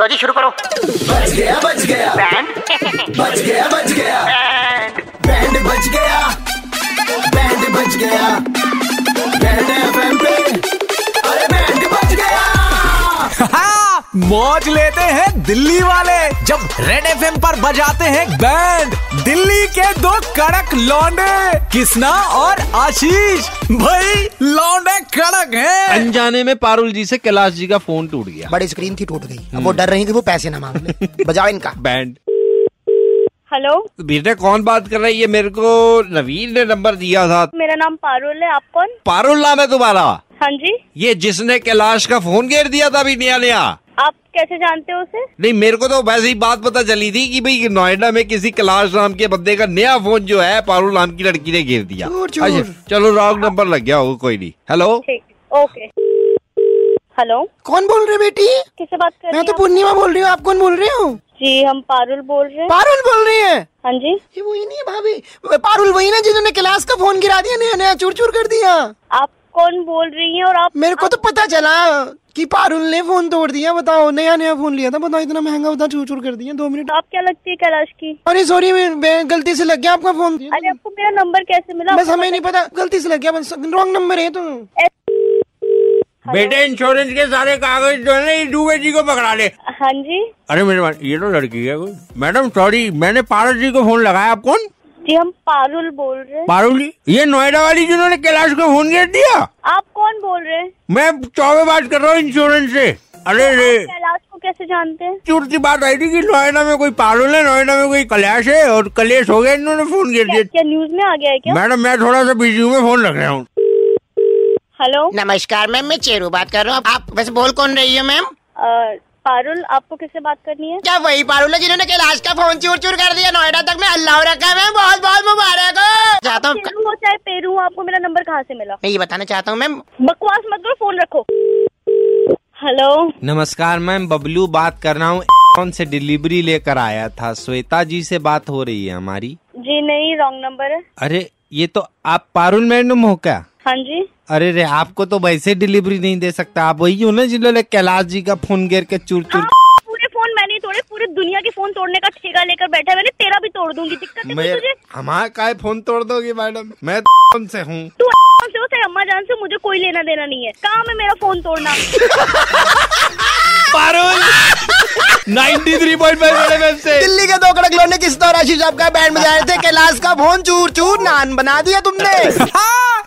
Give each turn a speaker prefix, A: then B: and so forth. A: लो जी तो शुरू करो
B: बच गया बच गया
A: बैंड
B: बच गया बच गया बैंड बच गया बैंड बच गया बैंड एफएम पे अरे बैंड बच गया
C: हाँ, मौज लेते हैं दिल्ली वाले जब रेड एफ पर बजाते हैं बैंड दिल्ली के दो कड़क लौंडे किसना और आशीष भाई लौंडे कड़क हैं
D: अनजाने में पारुल जी से कैलाश जी का फोन टूट गया
E: बड़ी स्क्रीन थी टूट गई अब वो डर रही थी वो पैसे ना मांग ले बजाओ इनका
D: बैंड
F: हेलो
D: बेटा कौन बात कर रहा है ये मेरे को नवीन ने नंबर दिया था
F: मेरा नाम पारुल है आप कौन
D: पारुल नाम है तुम्हारा
F: हाँ जी
D: ये जिसने कैलाश का फोन घेर दिया था अभी नया नया
F: आप कैसे जानते हो उसे
D: नहीं मेरे को तो वैसे ही बात पता चली थी कि भाई नोएडा में किसी कैलाश नाम के बंदे का नया फोन जो है पारुल नाम की लड़की ने घेर दिया अच्छा,
E: चूर, चूर।
D: चलो रॉन्ग नंबर लग गया होगा कोई नहीं हेलो
F: ठीक ओके हेलो
E: कौन बोल रहे बेटी
F: किससे बात कर रही
E: मैं तो
F: हैं आप?
E: पूर्णिमा बोल रही हूँ आप कौन बोल रहे हो
F: जी हम पारुल बोल रहे हैं
E: पारुल बोल रही है
F: हाँ जी
E: ये वही नहीं है भाभी पारुल वही ना जिन्होंने क्लास का फोन गिरा दिया नया नया चूर चूर कर दिया
F: आप कौन बोल रही हैं और आप
E: मेरे को तो पता चला कि पारुल ने फोन तोड़ दिया बताओ नया नया फोन लिया था बताओ इतना महंगा उतना चूर चूर कर दिया दो मिनट
F: आप क्या लगती है कैलाश की
E: अरे सॉरी मैं मैं गलती से लग गया आपका फोन
F: अरे आपको मेरा नंबर कैसे मिला
E: बस हमें नहीं पता गलती से लग गया बस रॉन्ग नंबर है तो
D: बेटे इंश्योरेंस के सारे कागज जो है ना ये डूबे जी को पकड़ा ले
F: हाँ जी
D: अरे मेरे ये तो लड़की है कोई मैडम सॉरी मैंने पारुल जी को फोन लगाया आप कौन
F: जी हम पारुल बोल रहे हैं
D: पारुल जी ये नोएडा वाली जिन्होंने कैलाश को फोन कर दिया
F: आप कौन बोल रहे हैं
D: मैं चौबे बात कर रहा हूँ इंश्योरेंस से अरे रे
F: आप कैलाश को कैसे जानते हैं
D: चूर की बात आई थी कि नोएडा में कोई पारुल है नोएडा में कोई कैलाश है और कलेश हो गया इन्होंने फोन कर
F: क्या,
D: दिया
F: क्या न्यूज में आ गया है क्या
D: मैडम मैं थोड़ा सा बिजी हूँ मैं फोन रख रहा हूँ
F: हेलो
E: नमस्कार मैम मैं चेरू बात कर रहा हूँ आप वैसे बोल कौन रही हो मैम
F: अ, पारुल आपको किससे बात करनी है
E: क्या वही पारुल है जिन्होंने कैलाश का फोन चूर चूर कर दिया नोएडा तक में अल्लाह रखा है मैम बहुत बहुत मुबारक हो चाहता हूँ
F: पेरू हो चाहे पेरू हो, आपको मेरा नंबर कहाँ से मिला
E: मैं ये बताना चाहता हूँ मैम
F: बकवास मत करो फोन रखो हेलो
D: नमस्कार मैम बबलू बात कर रहा हूँ से डिलीवरी लेकर आया था श्वेता जी से बात हो रही है हमारी
F: जी नहीं रॉन्ग नंबर है
D: अरे ये तो आप पारुल मैडम हो क्या
F: हाँ जी
D: अरे रे आपको तो वैसे डिलीवरी नहीं दे सकता आप वही हो ना जिन्होंने कैलाश जी का फोन घेर के चूर
F: हाँ,
D: चूर
F: पूरे फोन मैंने ही तोड़े पूरे दुनिया के फोन तोड़ने का ठेका लेकर बैठा है मैंने तेरा भी तोड़ दूंगी दिक्कत है कोई तुझे
D: हमारा काय फोन तोड़ दोगे मैडम मैं तो से हूँ
F: तू कौन से हो चाहे अम्मा जान से मुझे कोई लेना देना नहीं है काम है मेरा फोन तोड़ना
D: पारुल 93.5 थ्री पॉइंट से
E: दिल्ली के दो कड़क लोने किस तरह आशीष साहब का बैंड बजाए थे कैलाश का फोन चूर चूर नान बना दिया तुमने
C: हाँ,